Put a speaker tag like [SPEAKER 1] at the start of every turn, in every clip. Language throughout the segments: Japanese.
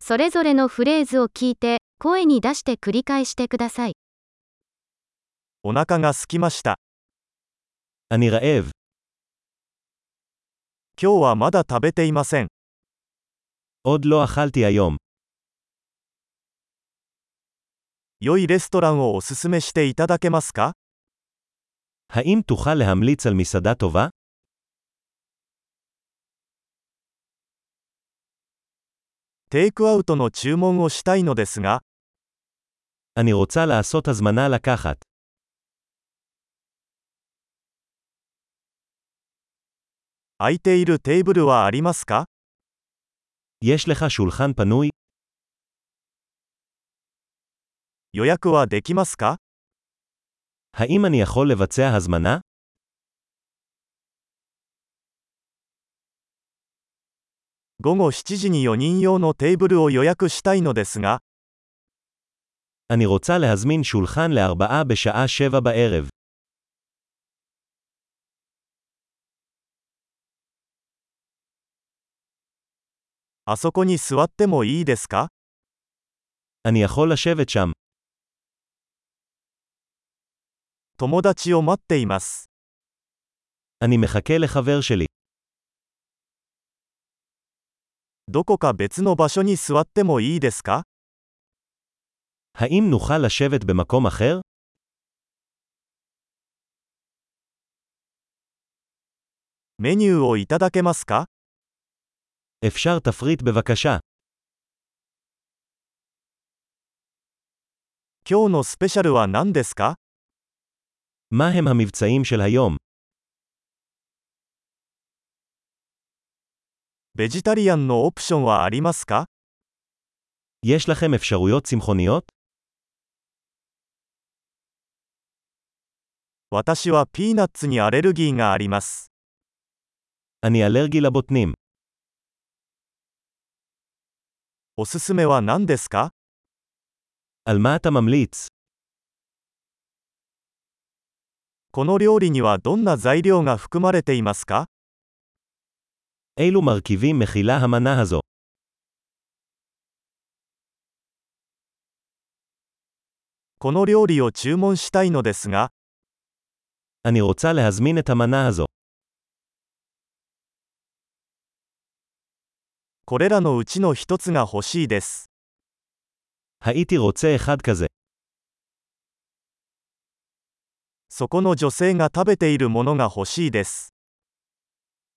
[SPEAKER 1] それぞれのフレーズを聞いて、声に出して繰り返してください。
[SPEAKER 2] お腹が空きました。
[SPEAKER 3] אני רעב.
[SPEAKER 2] 今日はまだ食べていません。
[SPEAKER 3] עוד לא אכלתי היום.
[SPEAKER 2] 良いレストランをおすすめしていただけますか
[SPEAKER 3] האם תוכל להמליץ על מסעדה טובה?
[SPEAKER 2] テイクアウトの注文をしたいのですが、
[SPEAKER 3] אני רוצה לעשות הזמנה לקחת.
[SPEAKER 2] 空いているテーブルはありますか
[SPEAKER 3] יש לך שולחן פנוי?
[SPEAKER 2] 予約はできますか
[SPEAKER 3] האם אני יכול לבצע הזמנה?
[SPEAKER 2] 午後7時に4人用のテーブルを予約したいのですが、
[SPEAKER 3] אני רוצה להזמין שולחן לארבעה בשעה שבע בערב.
[SPEAKER 2] あそこに座ってもいいですか
[SPEAKER 3] אני יכול לשבת שם.
[SPEAKER 2] 友達を待っています。
[SPEAKER 3] אני מחכה לחבר שלי.
[SPEAKER 2] どこか別の場所に座ってもいいですか
[SPEAKER 3] האם נוכל לשבת במקום אחר?
[SPEAKER 2] メニューをいただけますか
[SPEAKER 3] אפשר תפריט בבקשה.
[SPEAKER 2] 今日のスペシャルは何ですか
[SPEAKER 3] מה הם המבצעים של היום?
[SPEAKER 2] ベジタリアンのオプションはありますか
[SPEAKER 3] יש לכם אפשרויות צמחוניות?
[SPEAKER 2] 私はピーナッツにアレルギーがあります。
[SPEAKER 3] אני אלרגי לבוטנים.
[SPEAKER 2] おすすめは何ですか
[SPEAKER 3] על מה אתה ממליץ?
[SPEAKER 2] この料理にはどんな材料が含まれていますか
[SPEAKER 3] אילו מרכיבים מכילה המנה הזו?
[SPEAKER 2] この料理を注文したいのですが、
[SPEAKER 3] אני רוצה להזמין את המנה הזו.
[SPEAKER 2] これらのうちの一つが欲しいです。
[SPEAKER 3] הייתי רוצה אחד כזה.
[SPEAKER 2] そこの女性が食べているものが欲しいです。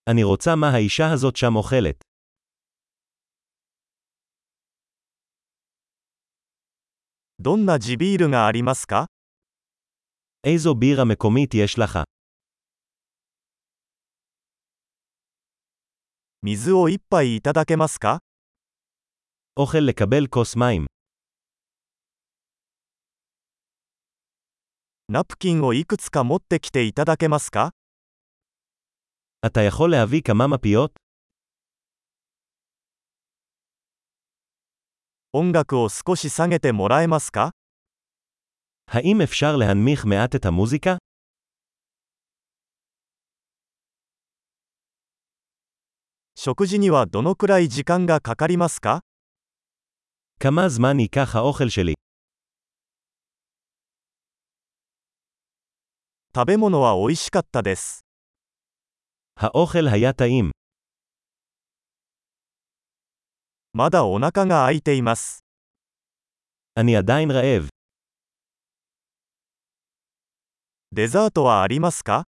[SPEAKER 3] אני רוצה מה האישה הזאת שם אוכלת.
[SPEAKER 2] どんな地ビールがありますか
[SPEAKER 3] איזו בירה מקומית יש לך?
[SPEAKER 2] 水を一杯いただけますか
[SPEAKER 3] אוכל לקבל כוס מים.
[SPEAKER 2] ナプキンをいくつか持ってきていただけますか
[SPEAKER 3] אתה יכול להביא כמה מפיות?
[SPEAKER 2] 音楽を少し下げてもらえますか
[SPEAKER 3] האם אפשר להנמיך מעט את המוזיקה?
[SPEAKER 2] 食事にはどのくらい時間がかかりますか
[SPEAKER 3] כמה זמן ייקח האוכל שלי?
[SPEAKER 2] 食べ物は美味しかったです。
[SPEAKER 3] האוכל היה טעים.
[SPEAKER 2] まだお腹が空いています。
[SPEAKER 3] אני עדיין רעב.
[SPEAKER 2] デザートはありますか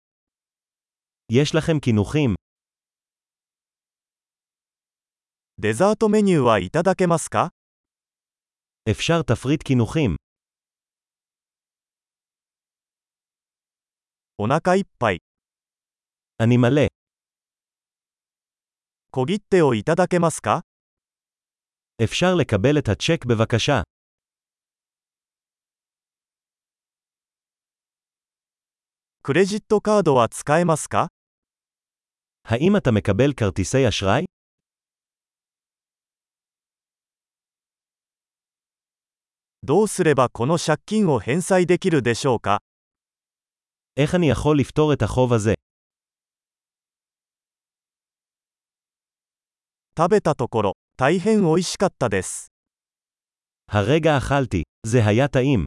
[SPEAKER 3] יש לכם קינוחים?
[SPEAKER 2] デザートメニューはいただけますか
[SPEAKER 3] אפשר תפריט קינוחים.
[SPEAKER 2] お腹いっぱい。
[SPEAKER 3] אני מלא.
[SPEAKER 2] 小切手をいただけますか
[SPEAKER 3] אפשר לקבל את הצ'ק בבקשה.
[SPEAKER 2] クレジットカードは使えますか
[SPEAKER 3] האם אתה מקבל כרטיסי אשראי?
[SPEAKER 2] どうすればこの借金を返済できるでしょうか
[SPEAKER 3] איך אני יכול לפתור את החוב הזה?
[SPEAKER 2] 食べたところ、大変美味しかったです。
[SPEAKER 3] הרגע אכלתי. זה היה טעים.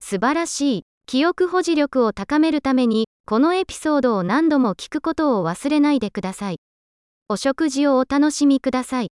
[SPEAKER 1] 素晴らしい。記憶保持力を高めるために、このエピソードを何度も聞くことを忘れないでください。お食事をお楽しみください。